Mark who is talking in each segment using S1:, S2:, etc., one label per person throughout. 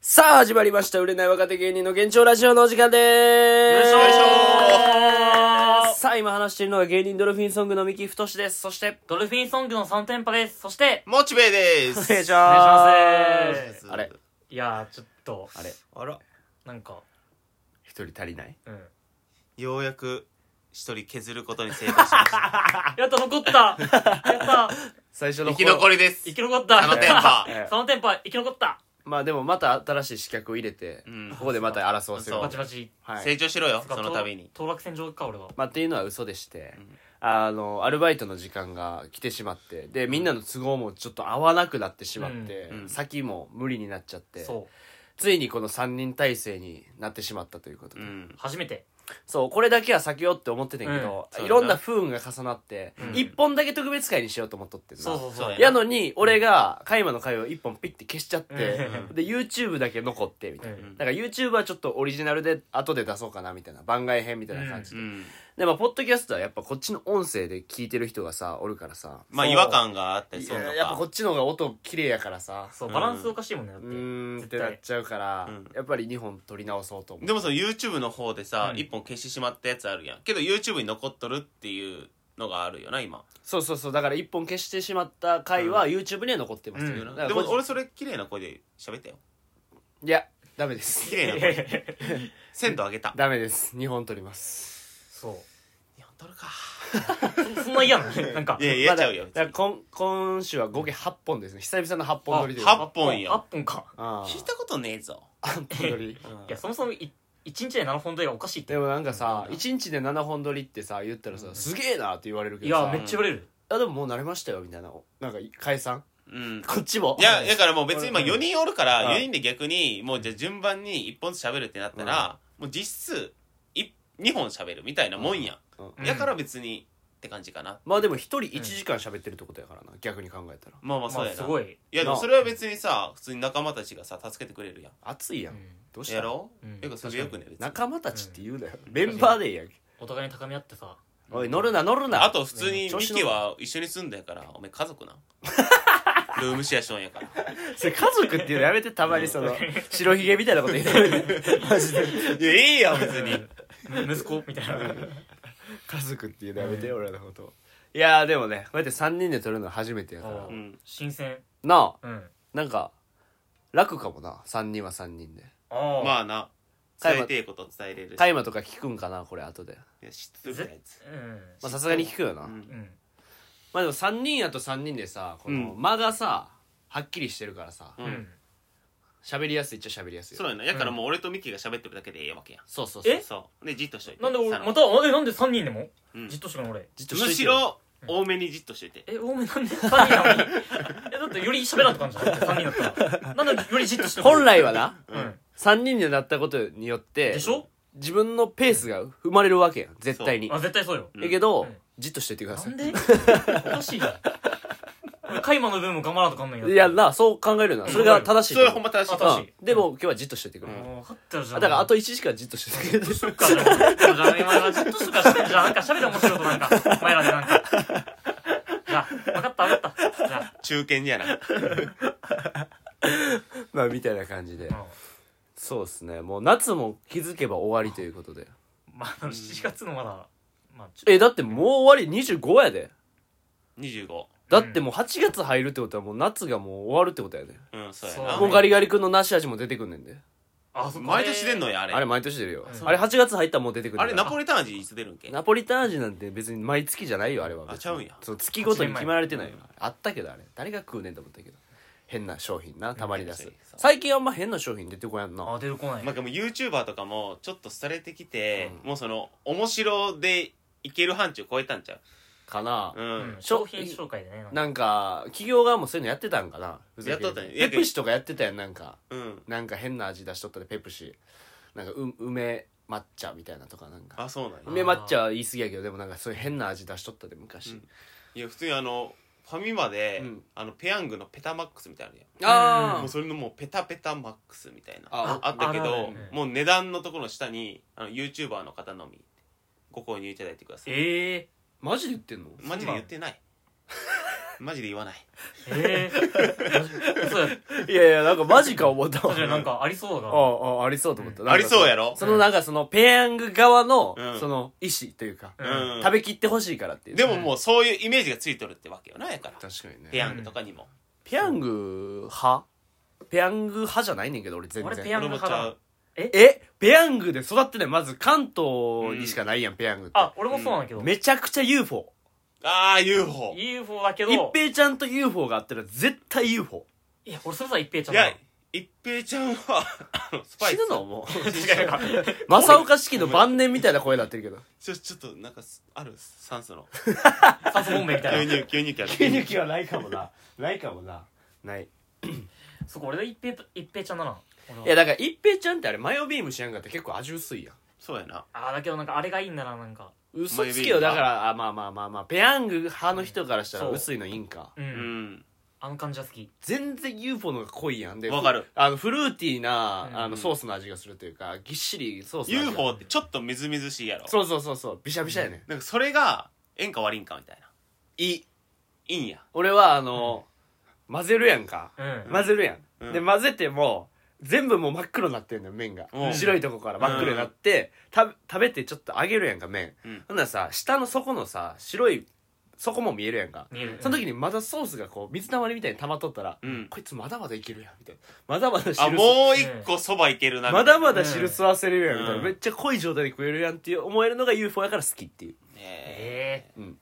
S1: さあ、始まりました。売れない若手芸人の現状ラジオのお時間でーす。
S2: よいしょ
S1: さあ、今話しているのが芸人ドルフィンソングの三木太です。そして、
S2: ドルフィンソングの3連覇です。そして、
S3: モチベで
S1: お
S3: す。
S1: 願いし
S2: お
S1: ま
S2: 願い
S1: す。
S2: し
S3: ます
S1: あれ
S2: いやー、ちょっと、
S1: あれ
S3: あら、
S2: なんか、
S1: 一人足りない
S2: うん。
S3: ようやく一人削ることに成功しました。
S2: やった、残ったやった
S1: 最初の
S3: 生き残
S1: り。
S3: りです
S2: 生。き残った
S3: あのテンパ
S1: ええ
S2: そのテンパ生き残った
S1: まあでもまた新しい刺客を入れて、
S3: うん
S1: ここでまた争わせる。
S3: そう
S2: バチバチ。
S1: は
S3: 成
S1: い。
S3: 長しろよ、
S2: か
S3: そのために。
S2: 当落戦場か、俺は。
S1: まあっていうのは嘘でして、あの、アルバイトの時間が来てしまって、で、みんなの都合もちょっと合わなくなってしまって、
S3: うんうん
S1: 先も無理になっちゃって、
S2: そう。
S1: ついにこの3人体制になってしまったということ
S3: う
S1: で。
S3: ん。
S2: 初めて。
S1: そう、これだけは避けようって思っててんけど、
S3: うん
S1: いろんな不運が重なって、
S2: うん
S1: 一、本だけ特別会にしようと思っとってんな
S2: そうそうそう。
S3: そう
S1: やのに、俺が、カイマの会を一本ピッて消しちゃって、
S2: う
S1: で、YouTube だけ残って、みたいな。
S2: うん
S1: だから YouTube はちょっとオリジナルで、後で出そうかな、みたいな。番外編みたいな感じ
S3: う
S1: で。
S3: ん。
S1: で、まあ、ポッドキャストはやっぱこっちの音声で聞いてる人がさ、おるからさ。
S3: まあ
S2: そう
S3: 違和感があったり
S1: い
S3: するの
S1: や
S3: か。
S1: やっぱこっちの方が音綺麗やからさ。
S2: そう、
S3: うん
S2: バランスおかしいもんね、だっ
S1: う
S2: て。
S1: ーんって
S2: 絶
S1: なっ
S2: 対。
S1: ちゃうから、
S3: うん
S1: やっぱり2本取り直そうと思う。
S3: でもその YouTube の方でさ
S2: う、ん
S3: 一、本消してしまったやつあるやん。けど YouTube に残っとるっていうのがあるよな、今。
S1: そうそうそうだから一本消してしまった回は YouTube には残ってますよ、
S2: うん
S1: だから
S3: でも
S1: こ
S3: 俺それ綺麗な声で喋ったよ。
S1: いやダメです
S3: 綺麗な声。鮮度上げた。
S1: ダメです2本取ります
S2: そう。
S3: いや、取るか。
S2: そそんな嫌なのなんか
S3: い。や、言えちゃうよ
S1: まあ。だだから今今週は合計8本ですね久々の8本取りで
S3: あ八本や
S2: 8本か。
S1: あ
S3: 聞いたことねえぞ。
S1: 8本取り
S3: うん
S2: いや、そもそもい一日で7本撮りがおかしいって
S1: で。もなんかさ1日で7本取りってさ言ったらさ、すげえなって言われるけ
S2: い
S1: どさ
S2: や、めっちゃ売れる。
S1: あでももう慣れましたよみたいななんか解散
S3: うん。
S1: こっちも
S3: いや、だからもう別に今
S1: うん
S3: 4人おるから、
S1: うん
S3: 4人で逆に、もうじゃあ順番に1本ずつ喋るってなったら、もう実質、2本喋るみたいなもんや。
S1: うん
S2: うん
S3: やから別に、って感じかな。
S1: まあでも1人1時間喋ってるってことやからな逆に考えたら
S3: まあま
S2: ま
S3: あそうや
S2: す
S3: な。
S2: ご
S3: い。
S2: い。
S3: やでもそれは別にさ、普通に仲間たちがさ、助けてくれるやん。
S1: 熱いやん、
S2: うん
S1: どうした
S3: やろ
S2: うん
S3: うよくそれよくね、別に。
S1: 仲間たちって言うなよ、メンバーでいいやん
S2: お互いに高め合って さ。
S1: おい乗るな乗るな
S3: あと普通にミ
S1: 調子乗
S3: キは一緒に住んだやから、お前家族な。ルームシェアしとんやから。
S1: それ家族っていうのやめてたまにその白ひげみたいなこと言ってるマジで
S3: いや、いいやん、別に。
S2: うんむ息子みたいな。
S1: 家族っていうのやめて、俺らのこといやーでもねこうやって3人で撮るの初めてやから
S2: あ
S3: う
S2: ー
S3: ん。
S2: 新鮮。
S1: なあ
S2: うん。
S1: なんか楽かもな3人は3人で
S2: ああ。
S3: まあな、伝えてえこと伝えれるし。
S1: 大麻とか聞くんかなこれ後で
S3: いや知っとるかやつ。
S2: うん。
S1: まあさすがに聞くよな、
S3: うん
S2: うん。
S1: まあでも3人やと3人でさこの
S3: う
S1: 間がさはっきりしてるからさ
S3: う
S2: うんん。
S1: 喋りやすいっちゃ喋りやすいよ
S3: そうやな。やからもう俺とミキが喋ってるだけでええわけやん。
S1: そうそうそう
S2: え
S3: そう。で、じっとしといて。
S2: なんで俺、
S3: サロン
S2: また、あえ、なんで3人でも
S3: うん
S2: じっとしかない俺。
S1: じっとし
S3: む
S1: といて
S3: し
S1: よ
S3: ろ、多めにじっとしといて。
S2: え、多めなんで3人なのに。 え、だってより喋らんとかんじゃん。3人だったら。なんでよりじっとしてる
S1: 本。来はな
S2: うん。
S1: 3人になったことによって
S2: でしょ
S1: 自分のペースが生まれるわけやん絶対に
S2: あ、絶対そうよ。
S3: うん
S1: だけど、
S2: うん
S1: じっとしていてくだ
S2: な
S1: さい
S2: んでおかしいな。俺、カイマの分も頑張らんとかんないよ
S1: いや、なそう考えるなそれが正しいと
S3: それは
S1: 思う
S3: ほんま正しい
S2: あ。正しい
S1: うんでも今日はじっとしていてくれ、
S3: うん
S2: もう分かってるじゃ
S1: だ
S2: ん。
S1: からあと1時間じっとしててくれ
S2: そっか、じゃあ、今じっとしかしてるじゃん。なんか喋って面白いことなんか。お前らでなんか。じゃあ、分かった分かった。じゃ
S3: 中堅じゃな。
S1: まあみたいな感じで
S2: あ、
S1: そうですねもう夏も気づけば終わりということで
S2: うんまあ、あの、7月のまだ、まあ、ちょ
S1: えだってもう終わり25やで
S3: 25。
S1: だってもう8月入るってことはもう夏がもう終わるってことやで、
S3: うん、そうや
S2: そ
S3: な。
S1: もうガリガリ君の梨味も出てくんねんで
S2: あ、そっか
S3: 毎年出んのや、あれ。
S1: あれ毎年出るよ、
S2: うん
S1: あれ8月入ったらもう出てくる
S3: あれ、ナ
S1: ポ
S3: ポリタン味いつ出るんけ
S1: ナポリタン味なんて別に毎月じゃないよあれは
S3: あちゃうんや
S1: そう月ごとに決まられてないよあったけどあれ誰が食うねんと思ったけど変な商品なたまに出す
S3: 確かにそう
S1: 最近あんま変な商品出てこやん
S2: あ、
S1: な
S2: 出てこない。
S3: なんかもう YouTuber とかも、ちょっと廃れてきて、もうその、面白でいける範疇超えたんちゃ
S1: かな
S3: うう
S2: うん
S3: ん。
S2: 商品紹介でね。なんか
S1: なんか企業側もそういうのやってたんかなふざけて
S3: やっとったんや
S1: ペプシとかやってたやんなんか
S3: うん。
S1: なんか変な味出しとったでペプシなんかう梅抹茶みたいなとかなんか
S3: あ、そうなんや。
S1: 梅抹茶は言い過ぎやけどでもなんかそういう変な味出しとったで
S3: う
S1: 昔
S3: んいや、普通にあの、ファミマで
S1: うん、
S3: あの、ペヤングのペタマックスみたいなのやん。
S2: うん
S3: もうそれのもうペタペタマックスみたいな
S1: あ
S3: ああったけ
S2: あるあ
S3: ど
S2: るね
S3: もう値段のところの下にあの YouTuber の方のみご購入いただいてください
S2: ええ
S1: マジで言ってんの
S3: マジで言ってないマジで言わない
S2: ええそうや
S1: いやいや、なんかマジか思ったわ
S2: 確。かになんかありそうだ
S1: あ
S2: な
S1: あ、ありそうと思った。
S3: ありそうや
S1: ろ。
S3: ろ
S1: そのなんかその、ペヤング側の
S3: う、ん
S1: その、意思というか、
S2: う
S3: うん
S1: 食べきってほしいからっていう。
S3: でももうそういうイメージがついとるってわけよなやから
S1: 確かに
S3: ペヤングとかにも
S1: ペヤング派ペヤング派じゃないねんけど、俺全
S2: 俺ペヤ
S1: 然。
S2: ング
S3: 俺もちゃう
S1: えペヤングで育ってないまず関東にしかないやん、ペヤングって。
S2: あ俺もそうなんだけど
S1: めちゃくちゃ UFO。
S3: ああ UFO い
S2: UFO だけど
S1: 一平ちゃんと UFO があったら絶対 UFO。
S2: いや俺それさ一平ちゃんだ
S3: や一平ちゃんはあのスパイ
S1: 死
S3: ス
S1: ぬのも う。
S2: 違うか
S1: 正岡式の晩年みたいな声になってるけど。
S3: ちょちょっとなんかすある酸素の
S2: 酸素ボンベみた
S3: 牛
S2: いな
S3: 乳牛乳キャラ
S1: 抜きはないかもな。ないかもな。ない。
S2: そこ俺が一平一平ちゃんだな俺はい
S1: や、だから一平ちゃんってあれ、マヨビームしやんかって結構味薄いやん。
S3: そうやな
S2: ああだけどなんかあれがいいんだななんか
S1: 嘘つきよ、
S3: マヨビームが
S1: だから、あ、まあまあまあまあ、ペヤング派の人からしたら
S2: そう
S1: 薄いのいいんか。
S2: う
S3: うんん
S2: あの感じは好き
S1: 全然 UFO の方が濃いやんで。
S3: わかる。
S1: あの、フルーティーな、
S2: うん
S1: あの、ソースの味がするというか、ぎっしりソースの味が
S3: UFO ってちょっとみずみずしいやろ
S1: そうそうそうそう、びしゃびしゃやねん。
S3: なんかそれが縁か悪いんかみたいない
S1: い。
S3: いいんや
S1: 俺は、あの、混ぜるやんか。
S2: うん
S1: 混ぜるやん。
S3: うん
S1: で、混ぜても、全部もう真っ黒になってんのよ、麺が
S3: う。ん
S1: 白いとこから真っ黒になって、た食べてちょっと揚げるやんか、麺。
S3: うん
S1: ほんならさ、下の底のさ、白い、底も見えるやんか。
S2: 見える
S1: その時にまだソースがこう、水たまりみたいに溜まっとったら、
S3: うん
S1: こいつまだまだいけるやん、みたいな。まだまだ汁吸
S3: あもう一個そばいけるな
S1: まだま
S3: だ
S1: だ汁吸わせれるやん、みたいな。
S3: うん
S1: めっちゃ濃い状態で食えるやんっていう思えるのが UFO やから好きっていう。
S3: え
S2: ええ
S1: うん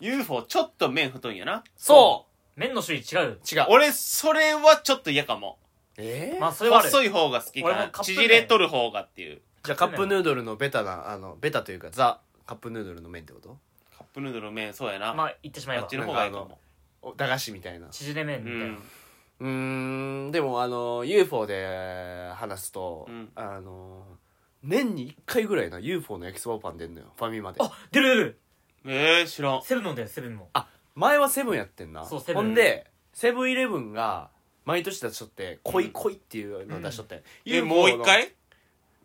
S3: UFO ちょっと麺太いんやな
S1: そ
S2: 麺の種類違う
S1: う違う。
S3: 俺それはちょっと嫌かも
S1: えー
S2: まあそれはある
S3: 細い方が好きか
S2: 俺
S3: な
S2: もカップ麺
S3: 縮れとる方がっていう
S1: じゃあカップヌードルのベタな、あの、ベタというかザ、カップヌードルの麺ってこと
S3: カップヌードルの麺そうやな、
S2: まあ言ってしまえ
S3: あ
S2: ば
S3: っちの方がいいかも
S1: お駄菓子みたいな。
S2: 縮れ麺みたいな、
S3: うん
S1: うーん、でもあの、UFO で話すと、
S3: うん
S1: あの、年に1回ぐらいな UFO の焼きそばパン出んのよ、ファミマで。
S2: あ出る出る
S3: えー、知らん
S2: セブンのだよセブンも
S1: 前はセブンやってんな
S2: そうセブ
S1: ほ
S2: ン
S1: んでセブンイレブンが毎年出しとって「恋恋」こいっていうのを出しとって、
S3: え
S1: UFO の
S3: もう一回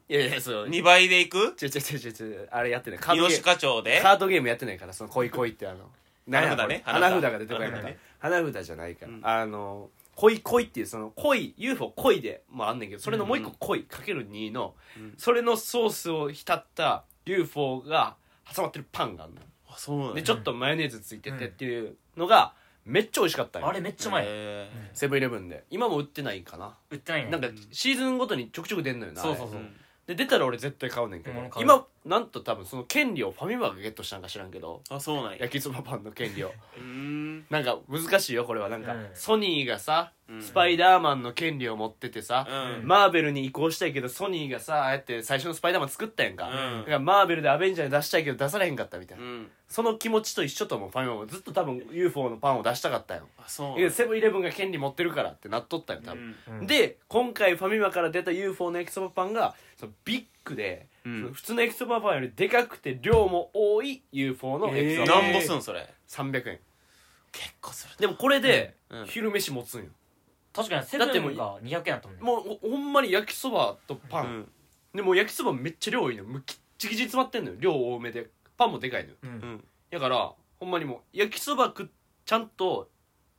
S1: いやいやそう
S3: 2倍でいく
S1: ちょちょちょちょちょあれやってないカードゲ
S3: 日
S1: ー
S3: 吉課長で
S1: ムカードゲームやってないからその「恋恋」ってあの
S3: 花札
S1: なんやこれ
S3: ね
S1: 花
S3: 花
S1: 札
S3: 札
S1: が出てこないか
S3: 花
S1: ら
S3: 札ね
S1: 花札じゃないから、
S3: うん
S1: あの「恋恋」っていうその「恋」UFO 恋でもあんねんけどそれのもう一個「恋」かける2の、
S3: うん
S1: それのソースを浸った UFO が挟まってるパンがあるのよ
S3: あそうなん
S1: で
S3: や
S1: ちょっとマヨネーズついててっていうのがめっちゃ美味しかったんよ
S2: あれめっちゃうまい、
S3: えー
S1: セブンイレブンで今も売ってないかな、
S2: 売ってないね
S1: なんかシーズンごとにちょくちょく出んのよなあれ
S2: そうそうそう、
S3: うん
S1: で出たら俺絶対買うねんけど、
S2: うん買う
S1: 今なんと多分その権利をファミマがゲットしたんか知らんけど
S3: あそうなんや
S1: 焼きそばパンの権利を
S3: うーん
S1: なんか難しいよこれはなんか、
S2: うん
S1: ソニーがさ
S3: うん
S1: スパイダーマンの権利を持っててさ
S3: う、ん
S1: マーベルに移行したいけどソニーがさああやって最初のスパイダーマン作ったやんか、
S3: うん
S1: だからマーベルでアベンジャーに出したいけど出されへんかったみたいな、
S3: うん
S1: その気持ちと一緒と思うファミマもずっと多分 UFO のパンを出したかったよ、
S3: あそうなん
S1: い
S3: や
S1: やセブンイレブンが権利持ってるからってなっとったよ多分、
S2: うん
S1: で今回ファミマから出た UFO の焼きそばパンがそのビッグで、
S3: うん
S1: その普通の焼きそばパンよりでかくて量も多い UFO の焼き
S3: え
S1: そ
S3: ー
S1: ばパン、
S3: なんぼすんそれ
S1: 300円
S3: 結構する
S1: でもこれで
S3: うんうん
S1: 昼飯持つんよ、
S2: 確かにセブンが200円だったもんね
S1: もうほほんまに焼きそばとパン、
S3: うん
S1: でもう焼きそばめっちゃ量多いのよもうきっちきち詰まってんのよ量多めでパンもでかいのよ
S2: う
S3: うんん
S1: だからほんまにもう焼きそば食っちゃんと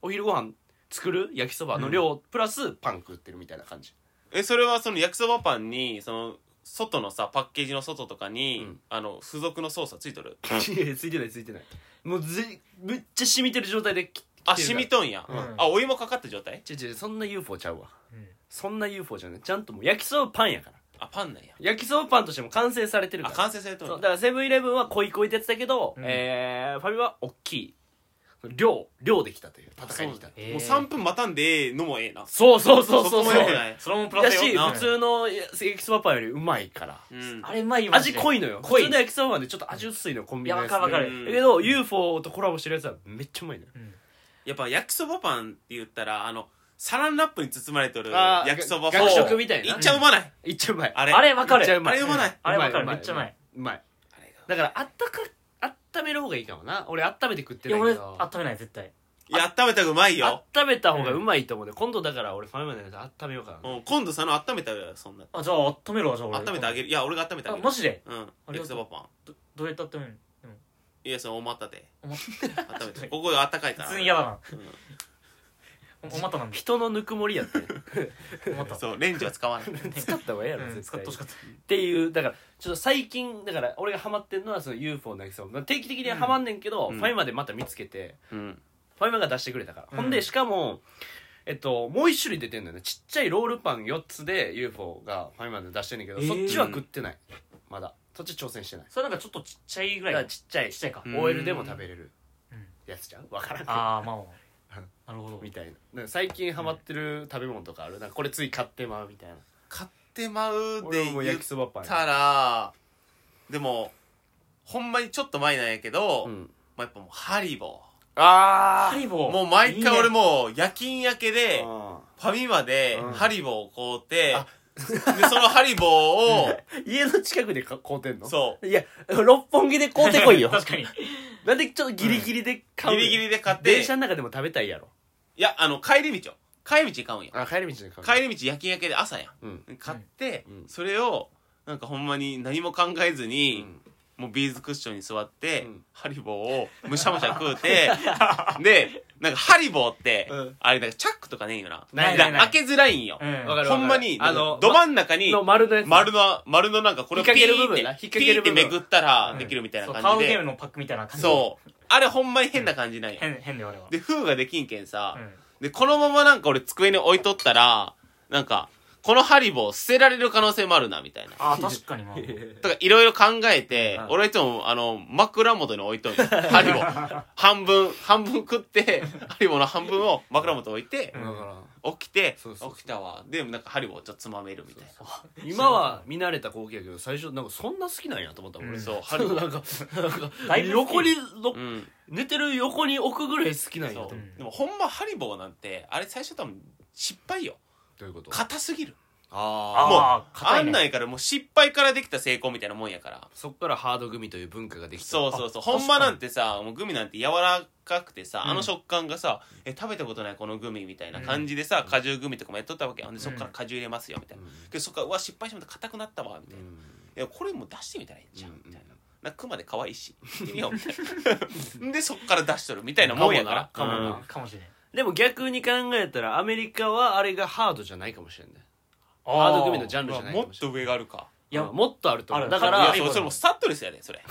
S1: お昼ご飯作る焼きそばの量、プラスパン食ってるみたいな感じ
S3: えそれはその焼きそばパンにその外のさパッケージの外とかに、
S1: うん
S3: あの付属のソースはついとる
S1: いやいやついてないついてないもうぜめっちゃ染みてる状態でき
S3: あ
S1: 来てる
S3: 染
S1: から
S3: みとんや、
S2: うん
S3: あお芋かかった状態
S1: ちょちょそんな UFO ちゃうわ
S2: うん
S1: そんな UFO じゃないちゃんともう焼きそばパンやから
S3: あパンなんや
S1: 焼きそばパンとしても完成されてる
S3: あ
S1: から
S3: 完成されと
S1: そう
S3: るん
S1: だ
S3: や
S1: からセブンイレブンは濃い濃いってやつだけど、
S2: うん
S1: えー、ファミマは大きい量量できたという戦いに来た
S3: そう
S2: えー
S3: もう3分待たんでええのもええな
S1: そうそうそうそう
S3: そこも
S1: そう
S3: 良くない
S2: それもプラ
S1: だ
S2: ス
S1: し
S2: よ
S1: 普通のや焼きそばパンよりうまいから
S3: うん
S2: あれうまいよマジ
S1: 味
S2: で
S1: 濃いのよ
S2: 濃い
S1: 普通の焼きそばパンでちょっと味薄いのコンビニのやつ
S2: いやわかるわ
S3: かる
S1: だけど UFO とコラボしてるやつはめっちゃうまいのよ
S2: うん
S3: やっぱ焼きそばパンって言ったらあのサランラップに包まれとる
S1: あー
S3: 焼きそばパン
S1: 学食みたい
S3: い
S1: な
S3: っちゃうまない
S1: いっちゃうまい
S3: あれ
S2: あれわか
S1: めっちゃう
S2: る
S1: まい
S3: あれうまない
S2: あれわか
S1: う
S2: る
S1: ま
S2: めっちゃうまいう
S1: まいう
S3: あれ
S1: だ
S3: が
S1: からあったか温める方がいいかもな俺温めて食って
S2: い
S1: な
S2: や
S1: いけ
S2: 俺
S1: ど
S2: 温めない絶対
S3: いや温めたらうまいよ、
S1: 温めた方がうまいと思うんで、今度だから俺ファミマのやつ温めようかな、
S3: うん、今度その温めたらそんな
S2: あじゃあ温めるわじゃあ俺
S3: 温めてあげるいや俺が温めてあ
S2: あ
S3: げる
S2: マジで
S3: うん焼きそばパン
S2: どどうやって温めるのでも
S3: いやそれおまったで
S2: おまっ
S3: 温めてここが温かいから
S2: 普通に嫌だな
S3: うん
S2: おおまたなんだ
S1: 人のぬくもりやって
S2: おまた
S3: そうレンジは使わない
S1: 使った方がええやろ
S2: うん
S1: 絶
S2: 使っ
S1: 対
S2: て
S1: に
S2: ほ
S1: っ
S2: しかった
S1: ていうだからちょっと最近だから俺がハマってんのはその UFO の渚まあ定期的にはハマんねんけど、
S3: うん
S1: ファイマでまた見つけて
S3: うん
S1: ファイマが出してくれたから、
S2: うん
S1: ほんでしかもえっと、もう一種類出てんだよねちっちゃいロールパン4つで UFO がファイマで出してんねんけど、
S2: えー
S1: そっちは食ってないまだそっち挑戦してない
S2: それなんかちょっとちっちゃいぐ
S1: だから
S2: い
S1: ちっちゃい
S2: ちっちゃいか
S3: うん
S1: OL でも食べれる
S2: うん
S1: やつじゃんわからんけど
S2: ああまあまあなるほど
S1: みたいななんか最近ハマってる食べ物とかあるなんかこれつい買ってまうみたいな
S3: 買ってまうで
S1: 俺も
S3: 言
S1: 焼
S3: っ
S1: きそばパンや
S3: たらでもほんまにちょっと前なんやけど、
S1: うん
S3: まあ、やっぱもうハリボ
S1: あ
S2: ハリ
S3: ー
S2: ボー
S3: もう毎回俺
S2: も
S3: もう夜勤明けで
S1: あ
S3: ファミマで
S1: うん
S3: ハリボーを買うて、
S1: あ
S3: でそのハリボ ーを
S1: 家の近くでか買うてんの
S3: そう
S1: いや六本木で買うてこ いよ
S2: 確かに
S1: なんでちょっとギリギリで買
S3: ギ
S1: うの
S3: リギリで買って
S1: 電車の中でも食べたいやろ
S3: いやあの帰り道よ帰り道買うんや
S1: あ帰り道で買う
S3: 帰り道夜勤明けで朝や
S1: うん
S3: ん買って、
S1: うんうん
S3: それをなんかほんまに何も考えず
S1: う
S3: に、
S1: ん
S3: もうビーズクッションに座って、
S1: うん
S3: ハリボーをむしゃむしゃ食 う てでなんかハリボーって、
S1: うん
S3: あれなんかチャックとかねえよな
S1: ない
S2: ないない
S3: 開けづらいんよ、
S2: うん
S1: わかる
S3: ほんまに
S1: あの
S3: ど真ん中に
S1: の丸のやつ
S3: 丸の丸のなんかこれを
S1: 引っ掛ける
S3: ピーって
S1: 部分な引っ掛
S3: ピ
S1: け
S3: ー
S1: る
S3: って
S1: 部分
S3: めくったら
S2: うん
S3: できるみたいな
S2: そうカー
S3: 感
S2: ド
S3: じ
S2: ゲー
S3: で
S2: ムのパックみたいな感じ
S3: そうあれほんまに変な感じなんよ
S2: 変変で俺は
S3: で封ができんけんさ、
S2: うん
S3: でこのままなんか俺机に置いとったらなんかこのハリボー捨てられる可能性もあるなみたいな
S2: ああ確かにまあ
S3: とかいろいろ考えて、
S1: うん
S3: 俺はいつもあの枕元に置いとんよハリボー半分半分食ってハリボーの半分を枕元に置いて
S2: う、ん
S1: だから
S3: 起きて
S1: そうそうそう
S3: 起きたわでなんかハリボーをちょっとつまめるみたいな
S1: 今は見慣れた光景やけど最初なんかそんな好きなんやと思ったもん俺
S2: うん
S3: そうハ
S1: そ
S3: リ
S1: う
S3: ボー
S1: なんかなんか
S2: だいぶ好き
S1: 横にろ
S3: うん
S1: 寝てる横に置くぐらい好きなんやと思った
S3: そう、
S2: ん
S3: でもほんまハリボーなんてあれ最初多分失敗よ
S1: どういうこと
S3: 硬すぎる
S1: ああ
S2: ああ
S3: あ
S2: 硬い
S3: ん
S2: ね
S3: ないからもう失敗からできた成功みたいなもんやから
S1: そっからハード組という文化ができた
S3: そうそうそう
S2: あ確かに
S3: ほんまなんてさもうグミなんて柔らかくてさ、
S2: うん
S3: あの食感がさえ食べたことないこのグミみたいな感じでさ、果汁グミとかもやっとったわけほんでそっから果汁入れますよみたいな、けどそっからうわ失敗してまた硬くなったわみたいな、いやこれもう出してみたらいいんじゃん、
S1: うん
S3: みたいななんか熊で可愛いし行ってみようみたい なでそっから出しとるみたいなもんやから
S1: かもなかもな
S3: うん
S2: かもしれない
S1: でも逆に考えたらアメリカはあれがハードじゃないかもしれんね
S2: あ
S1: ハード組のジ
S2: ャン
S1: ャンルじゃ
S3: ま
S1: な
S3: あ
S1: い
S3: も
S1: かも
S3: っ
S1: しれん
S3: と上があるか
S2: いや
S1: うんもっとあると思
S2: あ
S1: う
S2: る
S1: だか
S2: あ
S1: ら
S3: いやそれそれもうスタッドレスやでそれ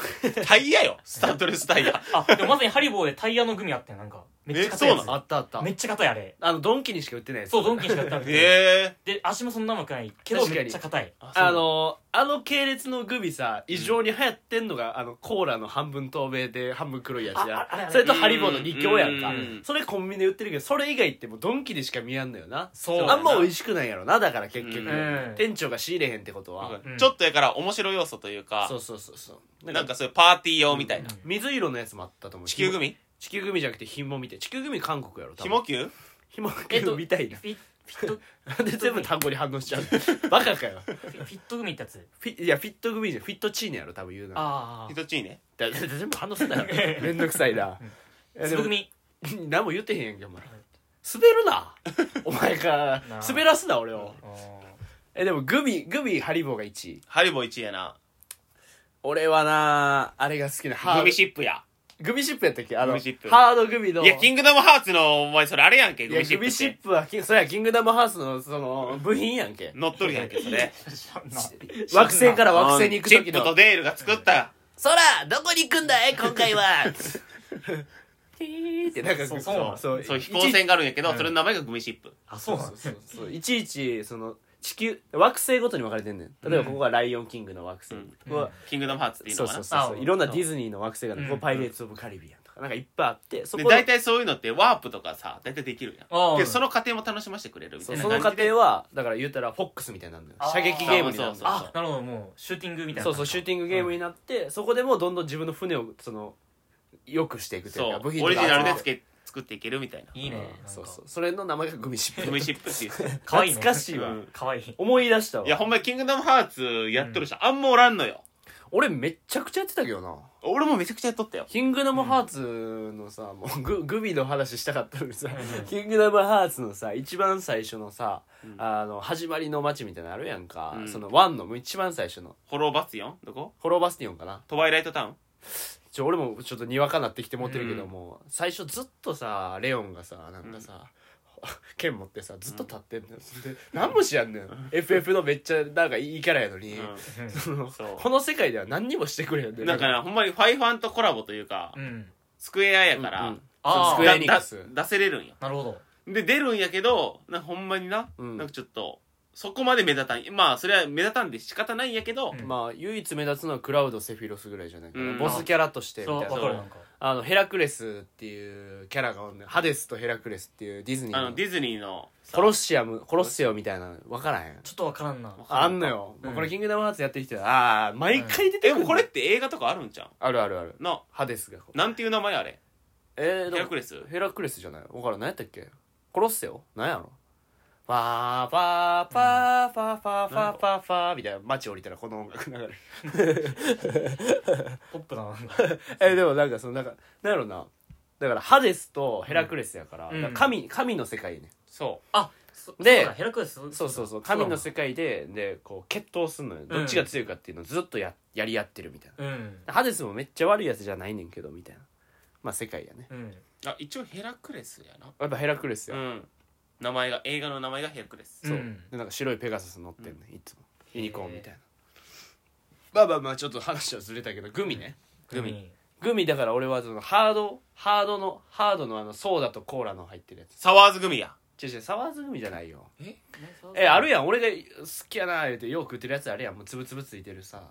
S3: タイヤよスタッドレスタ イヤ
S2: あでもまさにハリボーでタイヤのグミあってなんかめっちゃ硬い
S3: え
S2: や
S3: そう
S1: あったあった
S2: つめっちゃ硬いあれ
S1: あのドンキにしか売ってないやつ
S2: そうドンキにしかやったんで
S3: え
S2: で足もそんな甘くないけど
S1: 確かに
S2: めっちゃ硬い
S3: え
S1: あのあの系列のグミさ異常に流行ってんのが、あのコーラの半分透明で半分黒いやつや
S2: ああれあれ
S1: それとハリボーの2強やんか
S3: うん
S1: それコンビニで売ってるけどそれ以外ってもうドンキでしか見やんのよな
S2: そう
S1: あんま美味しくないやろなだから結局、
S2: うん
S1: 店長が仕入れへんってことは、
S2: うん
S3: ちょっとやから面白い要素というか
S1: そうそうそうそう
S3: なんかそういうパーティー用みたいな
S2: うん
S1: 水色のやつもあったと思う
S3: 地球グ
S1: ミ
S3: ミ
S1: 地球グミじゃなくてひもみて地球グミ韓国やろ多
S3: ひ
S1: 分
S3: も球
S1: ひも
S2: えっと
S1: みた いな
S2: フィフィット
S1: なんで全部単語に反応しちゃうの バカかよ
S2: フィフィットグミってやつ
S1: フィいやフィットグミじゃんフィットチーネやろ多分言うな
S2: あ
S3: ヒ
S2: あ
S3: トチーネ
S1: だだだ全部反応すん なよめんどくさいなえ
S2: 粒組
S1: 何も言ってへんやんけお前滑るな お前か
S2: なあ
S1: 滑らすな俺を
S2: あー
S1: えでもグミグミハリボーが1位
S3: ハリボー1位やな
S1: 俺はなあれが好きなハー
S3: グミ
S1: ド
S3: シップや
S1: グミシップやったっけあの
S3: グミシップ
S1: ハードグミの
S3: いやキングダムハーツのお前それあれやんけ
S1: い
S3: グ
S1: や
S3: ミ
S1: グ
S3: シップ
S1: ミ
S3: っ
S1: シッ
S3: て
S1: プはキンそりゃキングダムハーツのその部品やんけ
S3: 乗っとるやんけそ れ
S2: 知らんな
S1: 惑星から惑星に行く
S3: チッ
S1: 時
S3: プ
S1: の
S3: とデールが作った
S1: 「そらどこに行くんだい今 回は」 ティーってなんか
S2: そうそう
S1: そう
S3: そういう飛行船があるんやけどそれの名前がグミシップ
S2: あそうなん
S1: そう
S2: で
S1: そ
S2: す
S1: うそういちいちその地球惑星ごとに分かれてんねん例えばここが「ライオンキング」の惑星、
S3: うん
S1: ここは
S3: キングダムハーツっていう
S1: そ
S3: の
S1: う
S3: か
S1: そう
S3: な
S1: そうそう
S2: あ
S1: いろんなディズニーの惑星がある
S2: うん
S1: ここパイレーツ・オブ・カリビアンとかなんかいっぱいあってそ
S3: で
S1: こ
S3: 大体そういうのってワープとかさ大体できるやん
S2: あー
S3: けどその過程も楽しませてくれるみた
S1: そ
S3: いうな
S1: その過
S3: 感じで
S1: 程はだから言うたらフォックスみたいになるのよ
S2: あー
S1: 射撃ゲームになるの
S3: そうそう
S1: よ
S2: あなるほどもうシューティングみたいな
S1: そうそうシューティングゲームになってそこでもどんどん自分の船をその良くしていくという
S3: そ
S1: か
S3: う
S1: 部品
S3: オ
S1: と
S3: リ
S1: か
S3: ジナルでつけ作っていけるみたいない
S2: いね
S1: うん
S2: なんか
S1: そうそうそれの名前がグミシッ
S3: グミ
S1: プ
S3: シップっていう
S2: かわいいね
S1: 懐かしいわ
S3: うん
S2: かわいい
S1: 思い出したわ
S3: いやほんまにキングダムハーツやっとる人、あんまおらんのよ
S1: 俺めっちゃくちゃやってたけどな
S3: 俺もめちゃくちゃやっとったよ
S1: キングダムハーツのさ、もうググビの話したかったのにさ、
S2: うん
S1: キングダムハーツのさ一番最初のさ、
S3: うん
S1: あの始まりの街みたいなのあるやんか、
S3: うん
S1: そのワンの一番最初の
S3: ホローバスヨンどこ
S1: ホローバスティオンかな
S3: トワイライトタウン
S1: ちょ俺もちょっとにわかなってきて持ってるけども、最初ずっとさレオンがさなんかさ、剣持ってさずっと立ってんのよ、ん、で何もしやんのよ FF のめっちゃなんかいいキャラやのに、そ の
S3: そう
S1: この世界では何にもしてくれへん
S3: う
S1: で
S3: ん、なんかなほんまにファイファンとコラボというか、
S2: うん
S3: スクエアやか
S1: う
S3: ら、
S1: んス
S2: ああ
S1: クエアエニックス
S3: だ出せれるんよ
S2: なるほど
S3: で出るんやけどなんかほんまにな,、
S1: うん
S3: なんかちょっとそこまで目立たんまあそれは目立たんで仕方ないんやけど、
S2: うん
S1: まあ唯一目立つのはクラウドセフィロスぐらいじゃないかな、
S3: うん
S1: ボスキャラとしてみ
S2: そう
S1: たい
S2: わ
S1: な
S2: かるなんか
S1: あのヘラクレスっていうキャラがおんねんハデスとヘラクレスっていうディズニ
S3: あ
S1: ー
S3: の
S1: の
S3: ディズニーの
S1: コロッシアムコロッセオみたいなの分からへん
S2: ちょっとわからんな
S3: わか
S1: あんのよ、
S2: うん
S1: これ「キングダムハーツ」やってる人はああ毎回出て
S3: え
S1: くる、
S3: これって映画とかあるんじゃん
S1: あるあるある
S3: な
S1: ハデスがこう
S3: なんていう名前あれ
S1: えー、
S3: ヘラクレス
S1: ヘラクレスじゃない分からん何やったっけコロッセオ何やろファーファーファーファーファーファーファーファーみたいな街降りたらこの音楽流れる
S2: ポップだななんか
S1: えでもなんかそのなんかなんやろなだからハデスとヘラクレスやから,、
S2: うん
S1: 神神の世界ね
S3: そ
S2: あそ
S1: で
S2: そうだヘラクレス
S1: そうそうそう神の世界ででこう決闘するのよどっちが強いかっていうのをずっとややり合ってるみたいな
S2: うん
S1: ハデスもめっちゃ悪いやつじゃないねんけどみたいなまあ世界やね
S2: うん
S3: うあ一応ヘラクレスやな
S1: やっぱヘラクレスや、
S3: うん名前が映画の名前がヘラクレス、
S1: そう、
S2: うん
S1: でなんか白いペガサス乗ってんね、いつもユニコーンみたい
S2: へ
S1: なまあまあまあちょっと話はずれたけどグミね、
S2: グ
S3: ミ
S2: ミ
S1: グミだから俺はそのハードハードのハードのあのソーダとコーラの入ってるや
S3: サワーズ組や
S1: つ違う違うサワーズグミじゃないよ
S3: え
S1: えあるやん俺が好きやなーってよう食ってるやつあるやんもうつぶつぶついてるさ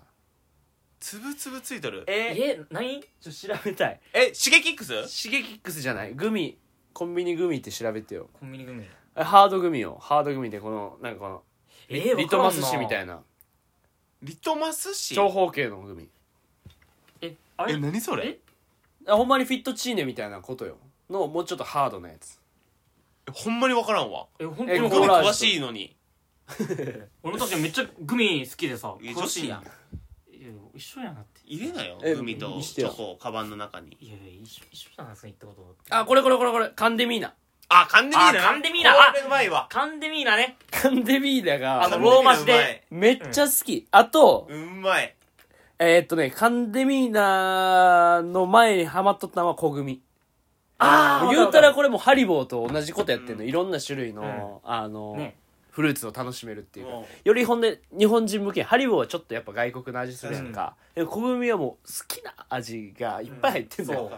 S3: つぶつぶついとるえ
S1: え
S2: え何
S1: ちょっと調べたい
S3: えシゲキックス
S1: シゲキックスじゃないグミコンビニグミって調べてよ
S2: コンビニグミ
S1: えハードグミよハードグミでこのなんかこのリ,、
S2: えー
S1: トマス紙み
S2: わから
S1: た
S2: んない
S1: な
S3: リトマス紙
S1: 長方形のグミ
S2: えあ
S3: え
S2: れ
S3: 何それ
S2: え
S1: あほんまにフィットチーネみたいなことよのもうちょっとハードなやつ
S3: えほんまに分からんわ
S2: え本
S1: え
S2: 当に
S1: コ
S2: わ
S1: ー
S2: か
S3: グミ
S2: らん
S1: ラージュ
S3: 詳しいのに
S2: 俺も確かにめっちゃグミ好きでさ
S3: え
S2: 詳しい
S3: やん
S2: いや一緒やなって
S3: 入れなよ
S1: え
S3: グミと
S1: 見して
S3: チ
S1: よ
S3: ョコをカバンの中に
S2: いやいや一緒一緒じゃないですか言ったこと
S1: あこれこれこれこれカンデミーナ
S3: あカンデミーナ
S2: あカンデミーナ
S3: これうまいわ
S2: カンデミーナね
S1: カンデミーナ
S2: あ
S1: が
S2: のローマ字で
S1: めっちゃ好き、あと
S3: うまい
S1: えーっとねカンデミーナの前にハマっとったのは小組
S2: ああ
S1: 言うたらこれもハリボーと同じことやってんの、いろんな種類の、あの、
S2: ね
S1: フルーツを楽しめるっていうか
S3: うん
S1: よりほんで日本人向けハリボーはちょっとやっぱ外国の味するやんか、で小組はもう好きな味がいっぱい入ってんのよ、
S2: そう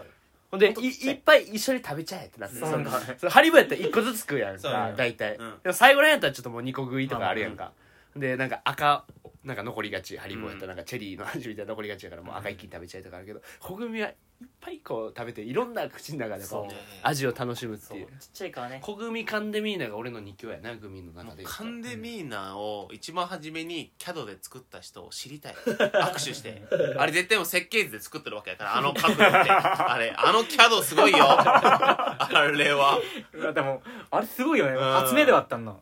S1: ほんでいいっぱい一緒に食べちゃえってなって
S2: そう
S1: その
S2: なんか
S1: そのハリボーやったら1個ずつ食うやん
S3: そう
S1: か大体、
S3: うん
S1: でも最後らへんやったらちょっともう2個食いとかあるやんか、でなんか赤なんか残りがちハリボーやったらなんかチェリーの味みたいな残りがちやからもう赤一気に食べちゃえとかあるけど小組はいっぱいこう食べていろんな口の中で
S2: そう
S1: こう味を楽しむって
S2: そう
S1: い
S2: ち
S1: う
S2: っちゃいからね
S1: 小組カンデミーナが俺の2強やなグミの中で言うと
S3: カンデミーナを一番初めに CAD で作った人を知りたい握手してあれ絶対もう設計図で作ってるわけやからあの角度ってあれあの CAD すごいよあれは
S2: うわでもあれすごいよね
S3: うん
S2: 発明ではあったんだ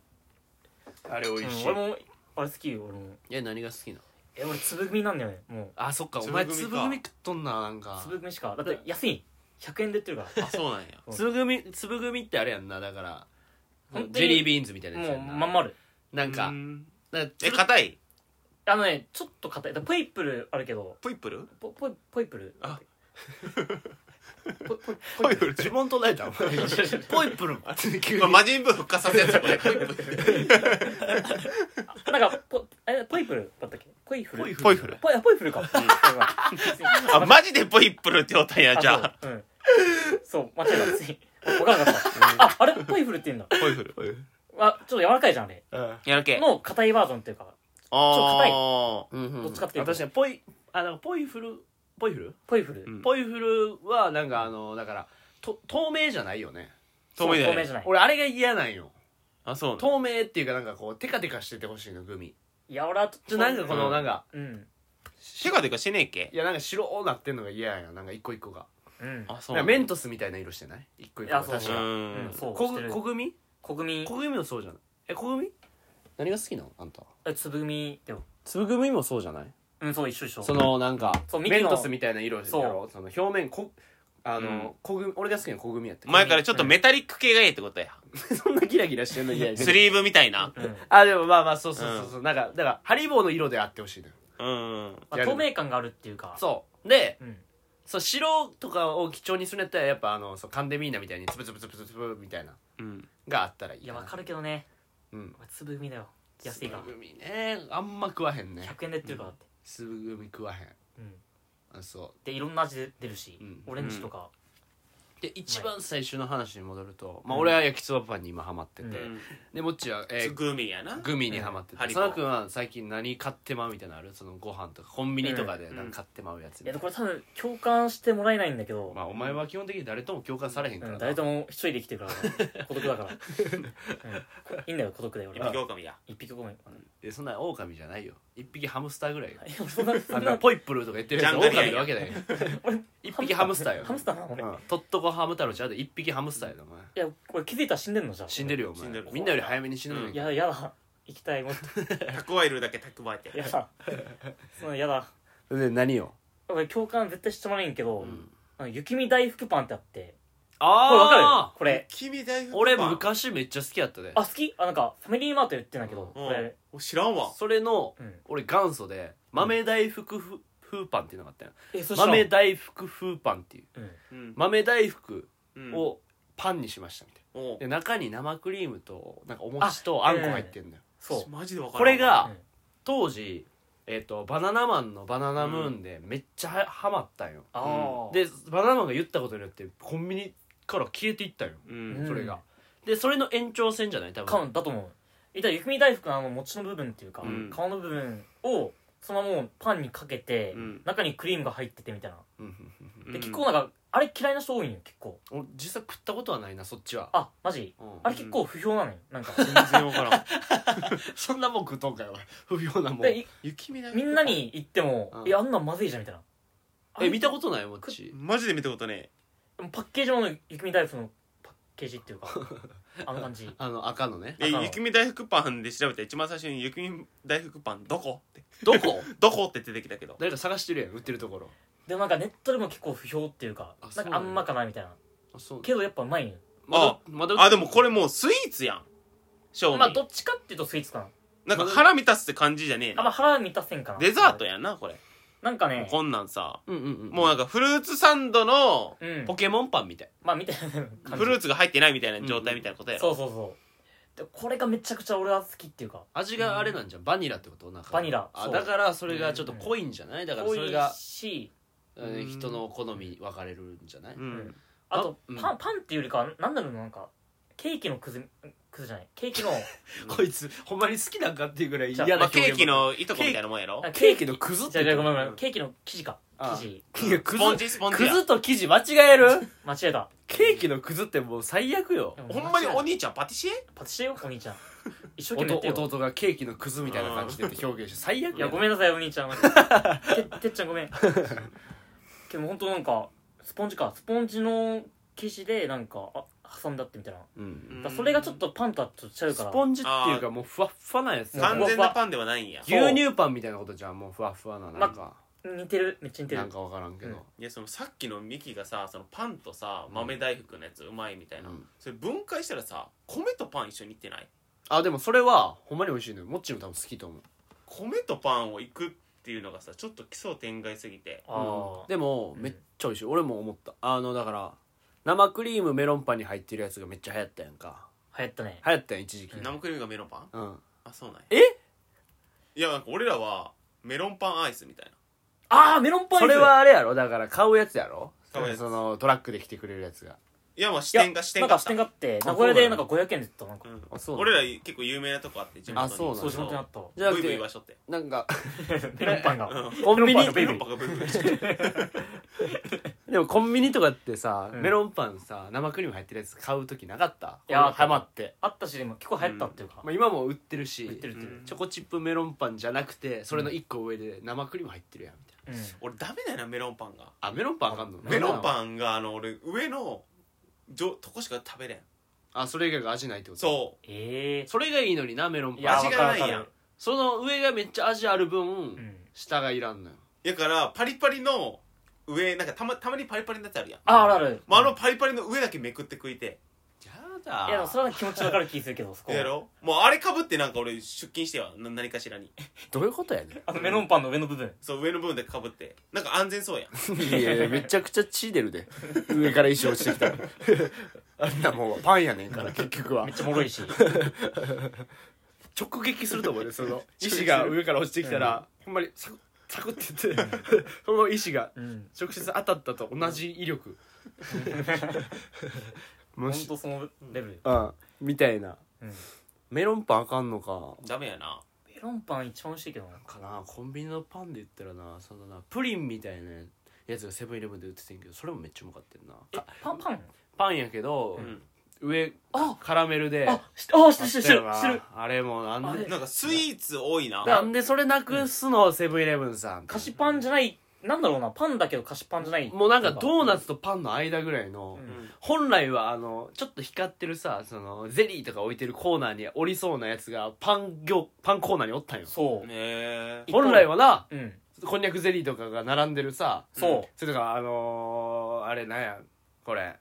S1: あれ美味しい、
S2: うん俺もあれ好きよ俺も
S1: え何が好きなの
S2: え俺粒組なんだよねも
S1: あそっかお前
S3: 粒
S1: 粒
S3: 組か
S1: 組食っとんななん
S2: う
S1: か
S2: 粒組しかだって安い100円で売ってるか
S3: あそうなんや
S2: うん
S1: 粒組粒組ってあれやんなだから
S2: 本当に
S1: ジェリービーンズみたいな
S2: ら
S1: やつや
S2: もうん
S1: な
S2: まん丸
S1: なんか
S3: うん
S1: なんか
S3: え硬い
S2: あのねちょっと硬いだからポイプルあるけど
S3: プイプル
S2: ポポイポイプル
S3: あ
S2: ポイポイ
S3: ポイプル
S1: 呪文唱え たお前ポイプル急に
S3: まあ魔人ブー復活させるやつこれポイプル
S2: あなんかポあれポイプルだったっけポイフル
S1: ポイフ
S3: ポイフル
S2: ポイあポイフル か
S3: あマジでポイプルって言おったんや
S2: あ
S3: じゃあ
S2: そう,、うん、そう間違えたつい分からなかったああれポイフルって言うんだ
S3: ポイフル
S2: あちょっと柔らかいじゃんあれ
S3: やるけ
S2: の硬いバージョンっていうか
S3: あ
S1: うんうん
S2: どっちかっていうと
S1: 私はポイあなんかポイフルポイフル
S2: ポイフル、
S3: うん
S1: ポイフルはなんかあのだからと透明じゃないよね
S3: ー透明
S2: そう透明
S3: だ
S2: じゃ
S3: よ
S2: ない
S1: 俺あれが嫌なんよ
S3: あそうなん
S1: 透明っていうかなんかこうテカテカしててほしいのグミ
S2: 柔らか
S1: ちょなんかこのなんか
S2: うん
S3: 手がでかしてねえけ
S1: いやなんか白なってんのが嫌やななんか一個一個が
S2: うん
S3: あそ
S1: な
S3: うん
S1: かメントスみたいな色してない一個一個が
S2: いやそう
S1: 確
S2: そ
S3: う
S1: か
S2: うん
S3: ん
S2: そう
S1: 小
S2: し
S1: 組
S2: てる
S1: 小組
S2: 小組
S1: 小組もそうじゃないえ小組何が好きなのあんた
S2: え粒組でも
S1: 粒組もそうじゃない
S2: うんそう一緒一緒
S1: そのなんか
S2: そうミキ
S1: メ
S2: の
S1: ントスみたいな色やろその表面こあの、
S3: うん
S1: 小組俺が好きな小組やった
S3: 前からちょっとメタリック系がええってことや
S1: そんなギラギラしてんの嫌やけど
S3: スリーブみたいな
S2: うん
S1: あでもまあまあそうそうそうそう、なんかだからハリボーの色であってほしいのよ
S3: うん
S2: まあ
S1: やる
S2: 透明感があるっていうか
S1: そうで
S2: うん
S1: そう白とかを基調にするんやったらやっぱあのそうカンデミーナみたいにつぶつぶつぶつぶみたいな
S3: うん
S1: があったらいい
S2: い
S1: な
S2: やわかるけどね
S1: うん
S2: お前粒組だよ安いから
S1: 粒組ねあんま食わへんね
S2: 100円で売ってるからって
S1: 粒組食わへん
S2: うん
S1: あそ
S2: でいろんな味で出るし
S1: うん
S2: オレンジとか
S1: うで一番最初の話に戻ると、まあ、俺は焼きそばパンに今ハマってて、
S2: うん
S1: でもっちは、えー
S3: グミやな
S1: グミにハマってて
S3: うん
S1: 佐野君は最近何買ってまうみたいなのあるそのご飯とかコンビニとかでなんか買ってまうやつみた
S2: い
S1: い
S2: や
S1: な
S2: これ多分共感してもらえないんだけど
S1: まあお前は基本的に誰とも共感されへんか
S2: う
S1: らな
S2: ん誰とも一人で生きてるから孤独だからうんいいんだよ孤独だよ俺
S3: 一
S2: は
S3: 匹狼や
S2: 一匹ごめん
S1: いやそんな狼じゃないよ一匹ハムスターぐらいよ
S2: そんなそ
S1: あん
S2: ん
S1: な
S2: な
S1: ポイプルとか言ってるやつ
S3: ジャンガリア
S1: 狼なわけないよ
S2: 俺
S1: 一匹ハムスターよ
S2: ハムスターなの俺い
S1: うんとっとこハム太郎ちゃうで一匹ハムスターやでお前
S2: やこれ気づいたら死んでんのじゃあ
S1: 死んでるよお
S3: 死んで
S1: 前
S3: る
S1: みんなより早めに死ぬの
S3: うん
S1: に
S2: やだやだ行きたいもっと
S3: 蓄えるだけ蓄えて
S2: やだそのやだ
S1: で何よ
S2: 俺共感絶対してもらえんけど、
S1: ん
S2: あの雪見大福パンってあってこれわか
S1: あ
S2: るこれ
S3: 君大
S1: あ
S3: 福パン
S1: 俺昔めっちゃ好きやったで
S2: あ好きあなんかファミリーマートで売ってんだけど、
S3: うん
S2: これ
S3: お知らんわ
S1: それの
S2: うん
S1: 俺元祖で豆大福ふ風パンっていうのがあったよ
S2: えそ
S1: 豆大福風パンっていう
S2: うん
S3: うん
S1: 豆大福
S3: うん
S1: をパンにしましたみたい
S3: おう
S1: なで中に生クリームとなんかお餅とあんこ入ってんだよ
S2: そう
S3: マジでわからん
S1: これ
S2: う
S1: が
S2: ん
S1: 当時えっとバナナマンのバナナムーンでめっちゃはハマったんよ
S2: ああ、
S1: でバナナマンが言ったことによってコンビニから消えていったんよ
S3: う
S2: うん
S1: それがでそれの延長線じゃない多
S2: カウ
S1: 分
S2: ンだと思ういたら雪見大福のあの餅の部分っていうか、
S3: うん
S2: 皮の部分をそのままもうパンにかけて、
S3: うん
S2: 中にクリームが入っててみたいな
S1: うんうんうんうん
S2: で、結構なんかあれ嫌いな人多いんよ結構
S1: 俺実際食ったことはないなそっちは
S2: あマジ
S1: うん
S2: あれ結構不評なのよなんか
S3: 全然わからん
S1: そんなもん食うとんかよ 俺不評なもん
S2: でい
S3: 雪見大福
S2: みんなに言っても
S1: う
S2: 「
S1: ん
S2: いやあんなんまずいじゃん」みたいな
S1: え見たことないもっち
S3: マジで見たことね
S2: でもパッケージもの雪見大福のパッケージってい うかあの感じ
S1: あの赤のね
S3: ええ
S2: 赤の
S3: 雪見大福パンで調べたら一番最初に雪見大福パンどこって
S1: どこ
S3: どこって出てきたけど
S1: 誰か探してるやん売ってるところ
S2: でもなんかネットでも結構不評っていうか
S1: あそ
S2: な
S1: うん
S2: かあんまかなみたいな
S1: あそう
S2: けどやっぱうまいんよ
S1: まだ
S3: あ
S1: まだ
S3: あでもこれもうスイーツやん正味
S2: まあどっちかっていうとスイーツかな
S3: なんか腹満たすって感じじゃねえ
S2: あんま
S3: な
S2: 腹満たせんかな
S3: デザートやんなこれ
S2: なんかね
S3: こんなんさ
S1: うんうんうん
S3: もうなんかフルーツサンドの
S2: うん
S1: ポケモンパンみたい
S2: まあみたいな感じ
S3: フルーツが入ってないみたいな状態みたいなことやろ
S2: そうそうそうでこれがめちゃくちゃ俺は好きっていうか
S1: 味があれなんじゃんバニラってことなんか
S2: バニラ
S1: あ
S2: そう
S1: だからそれがちょっと濃いんじゃないだからそ
S2: 多
S1: れ
S2: い
S1: が
S2: し
S1: うん
S3: うん
S1: 人の好み分かれるんじゃない
S3: うん
S2: あと
S1: あうん
S2: パンパンっていうよりかはなんだろうななんかケーキのくずくずじゃないケーキの
S1: こいつほんまに好きなんかっていうぐらい嫌
S2: じ
S1: な
S3: まあ
S1: 表現
S3: ケーキのいとこみたいなもんやろ
S2: あ
S1: ケーキのくずって
S2: じゃあじゃあごめんごめ
S1: うん
S2: んケーキの生地か
S1: ああ
S2: 生地
S1: いやく
S3: スポン
S1: ず
S3: ジスポンジ
S1: く
S3: や
S1: ずと生地間違え る
S2: 間違えた
S1: ケーキのくずってもう最悪よ
S2: でも
S3: ほんまに
S2: 間違え
S3: お
S2: た
S3: 兄ちゃんパティシエ
S2: パティシエよお兄ちゃん一生懸命やって
S1: 弟
S2: よ
S1: 弟がケーキのくずみたいな感じでって表現して最悪
S2: いやご
S1: ん
S2: めんなさいお兄ちゃ んててっちゃんごめんでも本当なんかスポンジかスポンジの生地でなんかあ挟んだってみたいなだ
S1: うん
S2: からそれがちょっとパンとはちょっとちゃう
S1: ス
S2: から
S1: ポンジっていうかもうふわっふわなやつ
S2: あー
S3: 完全なパンではないんや
S2: そう
S1: 牛乳パンみたいなことじゃんもうふわっふわななんか
S2: 似てるめっちゃ似て
S1: な
S2: る
S1: んか分からんけど
S3: いやそのさっきのミキがさそのパンとさ豆大福のやつうまいみたいな、
S1: うん
S3: それ分解したらさ米とパン一緒にいってない
S1: あでもそれはほんまに美味しいのよもっちも多分好きと思う
S3: 米とパンをいくっていうのがさちょっと奇想天外すぎて
S2: ああ
S1: でも
S2: うん
S1: めっちゃ美味しい俺も思ったあのだから生クリームメロンパンに入ってるやつがめっちゃ流行ったやんか
S2: 流行ったね
S1: 流行ったやん一時期
S3: 生クリームがメロンパ
S1: う
S3: ン
S1: ん
S3: あそうなんや
S1: え
S3: いやなんか俺らはメロンパンアイスみたいな
S2: ああメロンパン
S1: それはあれやろだから買うやつやろ
S3: 買うやつ
S1: そのトラックで来てくれるやつが
S3: いやまあ視点が視
S2: な
S3: 点
S2: んか
S3: が
S2: 支店があって
S1: あ
S2: 名古屋でなんか500円で売ったなんか
S3: うん
S1: あそうなの
S3: 俺ら結構有名なとこあって地元に
S1: あそうなの
S2: そう地元にあ ったわ
S1: じゃな
S3: ブ
S1: く
S3: イブイ
S1: て
S3: 場所って
S1: なんか
S2: メロンパンが
S3: うん
S1: コンビ
S2: メロ
S1: ニ
S2: ンパ
S3: メ
S2: ンが
S3: ロンパンがブイブイ
S1: でもコンビニとかってさ、
S2: うん
S1: メロンパンさ生クリーム入ってるやつ買う時なかった
S2: いや
S1: 俺ハマって、
S2: あったしでも結構流行ったっていうか
S1: まあ、今も売ってるし
S2: 売ってる売ってる
S1: チョコチップメロンパンじゃなくてそれの1個上で生クリーム入ってるやんみたい
S2: うん
S3: 俺ダメだよなメロンパンが
S1: なあメロンパンあかんの
S3: メロン
S1: ン
S3: パンがあの俺上のじょとこしか食べれん
S1: あそれ以外が味ないってこと
S3: そ
S2: ええ
S1: それがいいのになメロン
S2: い
S1: パ
S2: や
S1: ン
S3: 味
S2: わ
S3: が
S2: かる
S3: ないやん
S2: わかる
S1: その上がめっちゃ味ある分、
S2: うん
S1: 下がいらんのよ
S3: うだからパリパリの上なんかたまたまにパリパリのやつあるやん
S2: ああるある
S3: まあ、あのパリパリの上だけめくって食いて
S1: じゃあ
S3: だ
S2: いやでもそれは気持ちわかる気するけどそこ
S3: やろもうあれかぶってなんか俺出勤してはな何かしらに
S1: どういうことやね
S2: あのメロンパンの上の部分
S3: そう上の部分だけかぶってなんか安全そうやん
S1: んいやいやめちゃくちゃ血出るで 上から石落ちてきたら あんなもうパンやねんから結局は
S2: めっちゃもろいし
S1: 直撃すると思うねその石が上から落ちてきたら、ほんまにサクサクって言って その石が
S2: うん
S1: 直接当たったと同じ威 力も
S2: 本
S1: し
S2: 当そのレベル
S1: うんみたいな
S2: うん
S1: メロンパンあかんのか
S3: ダメやな
S2: メロンパン一番美味しいけどな
S1: かなコンビニのパンで言ったらなそのなプリンみたいなやつがセブンイレブンで売っててんけどそれもめっちゃうまかってんな
S2: えパンパン
S1: パンやけど
S3: う、ん
S1: 上
S2: あ
S1: カラメルで
S2: あしあ知ってる知って
S1: よ
S2: る
S1: な
S2: 知ってる
S1: あれもな
S2: あ
S1: ん
S2: れ
S1: で
S3: なんかスイーツ多いな
S1: なんでそれなくすのセブンイレブンさん
S2: 菓子パンじゃないなんだろうなパンだけど菓子パンじゃない
S1: もうなんかドーナツとパンの間ぐらいの、
S2: う
S3: うんん
S1: 本来はあのちょっと光ってるさそのゼリーとか置いてるコーナーにおりそうなやつがパン業パンコーナーにおったんよ
S2: そ
S3: ねえ
S2: い
S1: 本来はな
S2: ううん
S1: こんにゃくゼリーとかが並んでるさ
S2: そう
S1: それとかあのー、あれなんやこれ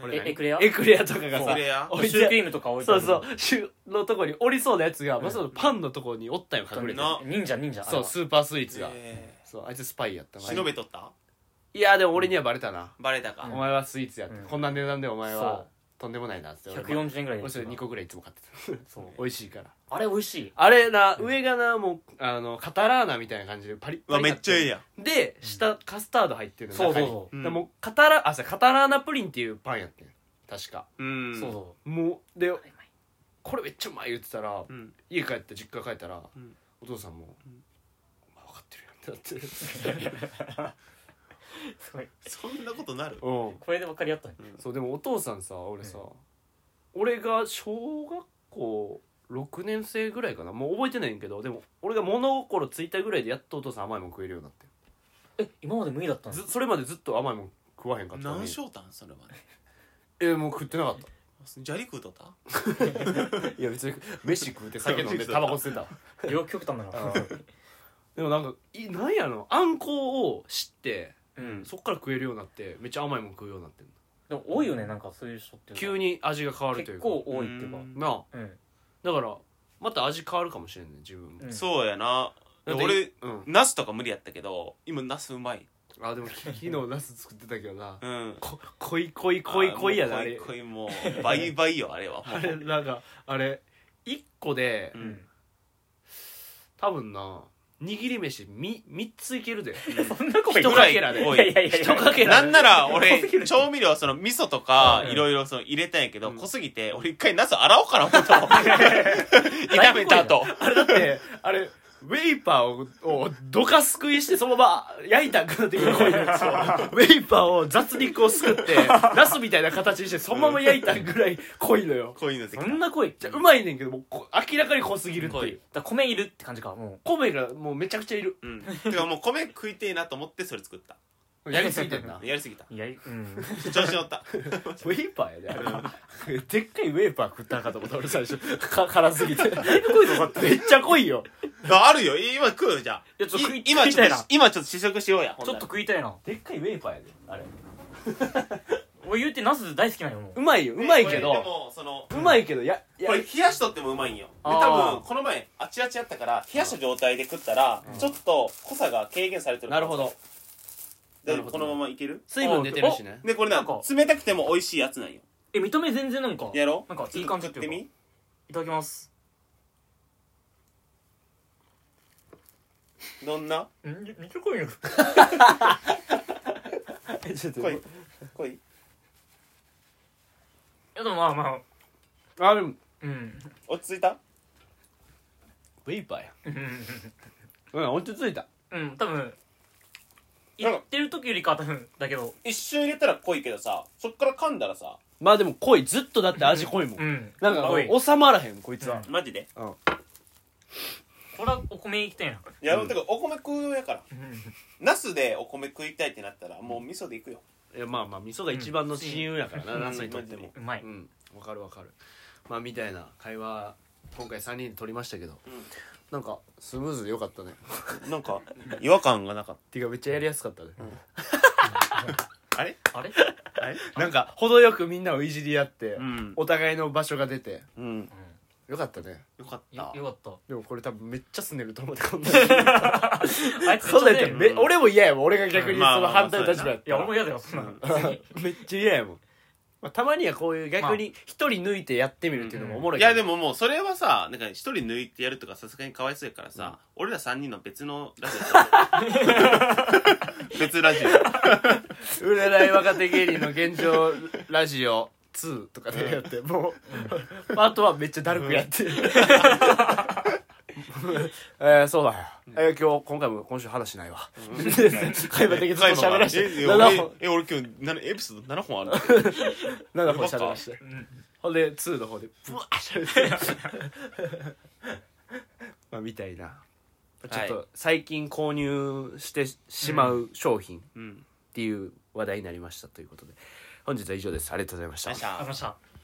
S1: これ
S2: え
S1: 何
S2: エクレア
S1: エクレアとかが
S3: そ
S1: さ
S3: れや
S1: お
S2: シュークリームとか置いて
S1: そ
S2: あ
S1: う
S2: る
S1: そうシュのとこにおりそうなやつが、まあ、そのパンのとこにおったんよ隠れて
S3: な
S2: 忍者忍者
S1: そうスーパースイーツが、
S3: え
S1: そうあいつスパイやった
S3: ー
S1: な
S3: 忍べとった
S1: いやでも俺にはバレたな、
S3: バレたか
S2: うん
S1: お前はスイーツやって、
S2: うん
S1: こんな値段でお前
S2: そ
S1: は
S2: う
S1: とんでもないなって俺も
S2: 140円ぐらいで
S1: 俺それ2個ぐらいいつも買ってた
S2: そう
S1: 美味しいから
S2: あれ美味しい
S1: あれな、上がな、もう、あの、カタラーナみたいな感じでパリッ
S3: う
S1: パ
S3: わ
S1: リ
S3: めっちゃええやん
S1: ん。で、下、カスタード入ってるの
S2: そうそう
S1: 中に
S2: そう
S1: だ
S3: ん
S1: からもう、カタラ、あ、そうカタラーナプリンっていうパンやってん。確か。
S3: うん
S2: そうそ
S1: もう、で
S2: う、あれうまい
S1: これめっちゃうまい言ってたら、
S3: うん
S1: 家帰って、実家帰ったら、
S3: うん
S1: お父さんも、
S3: ん
S1: お前分かってるやんってなって。
S2: すごい
S3: そんなことなる
S1: う
S2: これで分かり合ったね
S1: ん。そう、でもお父さんさ、俺さ、俺が小学校、6年生ぐらいかなもう覚えてないんやけどでも俺が物心ついたぐらいでやっとお父さん甘いもん食えるようになって
S2: え今まで無理だったんで
S1: ず
S2: す
S1: それまでずっと甘いもん食わへんかったの
S3: 何
S1: に
S3: 章たんそれまで
S1: えもう食ってなかった
S3: 砂利食うとった
S1: いや別に飯食うて酒飲 んでタバコ吸ってた
S2: 両極端だな
S1: でもなんかいなんやのあんこを知って
S3: うん
S1: そっから食えるようになってめっちゃ甘いもん食うようになってんの
S2: でも多いよねなんかそういう人っていう
S1: 急
S2: に
S1: に味が変わるとい
S2: 結
S1: うか
S2: 構多いっていうか
S3: うん
S1: なあ
S2: うん
S1: だからまた味変わるかもしれんね自分も、
S2: うん
S3: そうやな
S1: だって
S3: 俺
S1: うん
S3: ナスとか無理やったけど今ナスうまい
S1: あでも 昨日ナス作ってたけどな
S3: うん
S1: こ濃い濃い濃い濃いやな
S3: あ
S1: あ
S3: もう
S1: れ
S3: 濃い濃いもう倍倍よあれはも
S1: あれなんかあれ1個で
S3: う
S2: う
S3: う んん
S1: 多分な握り飯み3ついけるで
S2: そんなこと
S1: 一
S2: 言う
S3: ぐら
S1: か
S3: い
S1: けらで
S3: 多い
S2: いやいやいや
S1: 一かけら
S3: な
S1: で
S3: んな ら
S2: 濃す
S3: 俺
S2: ぎる
S3: 調味料その味噌とか
S2: うん
S3: いろいろその入れたんやけど
S1: うん
S3: 濃すぎて俺一回ナス洗おうかな思っ たもん炒めた後
S1: あれだ って、あれ、ウェイパーを、を、どかすくいして、そのまま焼いたんかなっていう声で、 そうウェイパーを雑肉をすくって、ナスみたいな形にして、そのまま焼いたぐらい濃いのよ。
S3: こういうので
S2: そんな濃い
S1: じゃうまいねんけど、もうこ明らかに濃すぎるって
S3: 濃
S1: いう
S3: い。
S2: だから米いるって感じかも
S1: 米がもうめちゃくちゃいる。
S3: うんてかもう米食いてえなと思ってそれ作った
S1: やりすぎてんな。
S3: やりすぎた
S2: ういやうん
S3: 調子乗った
S1: ウェイパーやで、あれ。でっかいウェイパー食ったんかと思った、俺最初。か辛すぎて。濃いぞ、めっちゃ濃いよ。
S3: ああるよ今食うよじゃあ
S2: いやちょっと食い
S3: い今
S2: 食い
S3: ち
S2: た
S3: ょ
S2: い
S3: っ
S2: な
S3: と今ちょっと試食しようやほん
S2: ち
S3: な
S2: ょっ
S3: ら
S2: と食いたいな
S1: でっかいウェイパーやで、あれ。
S2: 俺言うてナス大好きなんよも
S1: う
S2: う
S1: まいよ、うまいけ
S3: これで
S1: ど、
S3: もその
S1: うまいけど、や、や
S3: これ冷やしとってもうまいんよで
S2: あー
S3: 多分この前あちあちやったから冷やした状態で食ったらちょっと濃さが軽減されてる
S1: なるほど。な
S3: で
S1: るほど
S3: このままいける
S1: 水分出てるしね
S3: でこれな
S2: なんか
S3: 冷たくても美味しいやつなんよ
S2: え見た目全然なんか
S3: やろ
S2: なんかいい感じ
S3: ちょっ
S2: てい
S3: と食って
S2: うか
S3: み
S2: いただきます
S3: どんなん
S2: めっちゃ濃いよ
S1: えちょっと
S3: 濃い濃い
S2: いやでもまあまあ
S1: あでも
S2: うん
S3: 落ち着いた
S1: ウェイパーや
S2: うん
S1: うん落ち着いた
S2: うん多分
S3: なん
S2: 言
S3: か
S2: ってる時よりかは多分だけど
S3: 一瞬入れたら濃いけどさそっから噛んだらさ
S1: まあでも濃いずっとだって味濃いもん、
S2: うん
S1: なんか
S2: 濃い
S1: もう収まらへんこいつは、
S3: マジで
S2: これはお米いきたいな
S3: や
S1: う
S3: る
S1: ん
S3: てかお米食うようやからナスでお米食いたいってなったらもう味噌でいくよ
S1: いやまあまあ味噌が一番の親友やからな、
S3: うん
S1: ナスにとっても
S2: うまい
S1: うんわかるわかるまあみたいな会話今回3人で撮りましたけど、
S3: うん
S1: なんかスムーズでよかったね
S3: なんか違和感がなかった
S1: ていうかめっちゃやりやすかったね、
S3: あれ
S2: あれ
S3: はい
S1: なんか程よくみんなをいじり合って、
S3: うん
S1: お互いの場所が出て
S3: うん
S1: よかったね
S3: よかっ
S2: よ
S3: た
S2: よかっ
S1: でもこれ多分めっちゃすねると思ってこんなの
S2: たあいつ
S1: そんなんやったらめ
S3: うん
S1: 俺も嫌やもん俺が逆に
S3: まあ
S1: その反対の立場やっ
S2: い
S1: た
S2: や
S1: ら
S2: 俺も嫌だよそんなの
S1: めっちゃ嫌やもん、まあ、たまにはこういう逆に一人抜いてやってみるっていうのもおもろい
S3: いやでももうそれはさなんか一人抜いてやるとかさすがにかわいそうやからさ、俺ら三人の別のラジ オ 別ラジオ
S1: 占い若手芸人の現状ラジオ2とかでやってもう、あとはめっちゃだるくや って、えー、そうだよ、えー今日今回も今週話しないわ、 会話的にずっと喋らせて
S3: え
S1: 7本
S3: 俺え俺今日なエピソード7本ある
S1: 7本喋らせてほんで2の方でブワーッ喋ってまあみたいなちょっ
S3: は
S1: と最近購入してしまう商品っ
S3: うん
S1: ていう話題になりましたということで本日は以上ですありがとうございまし
S3: よ
S1: た
S3: っしゃ
S2: ありました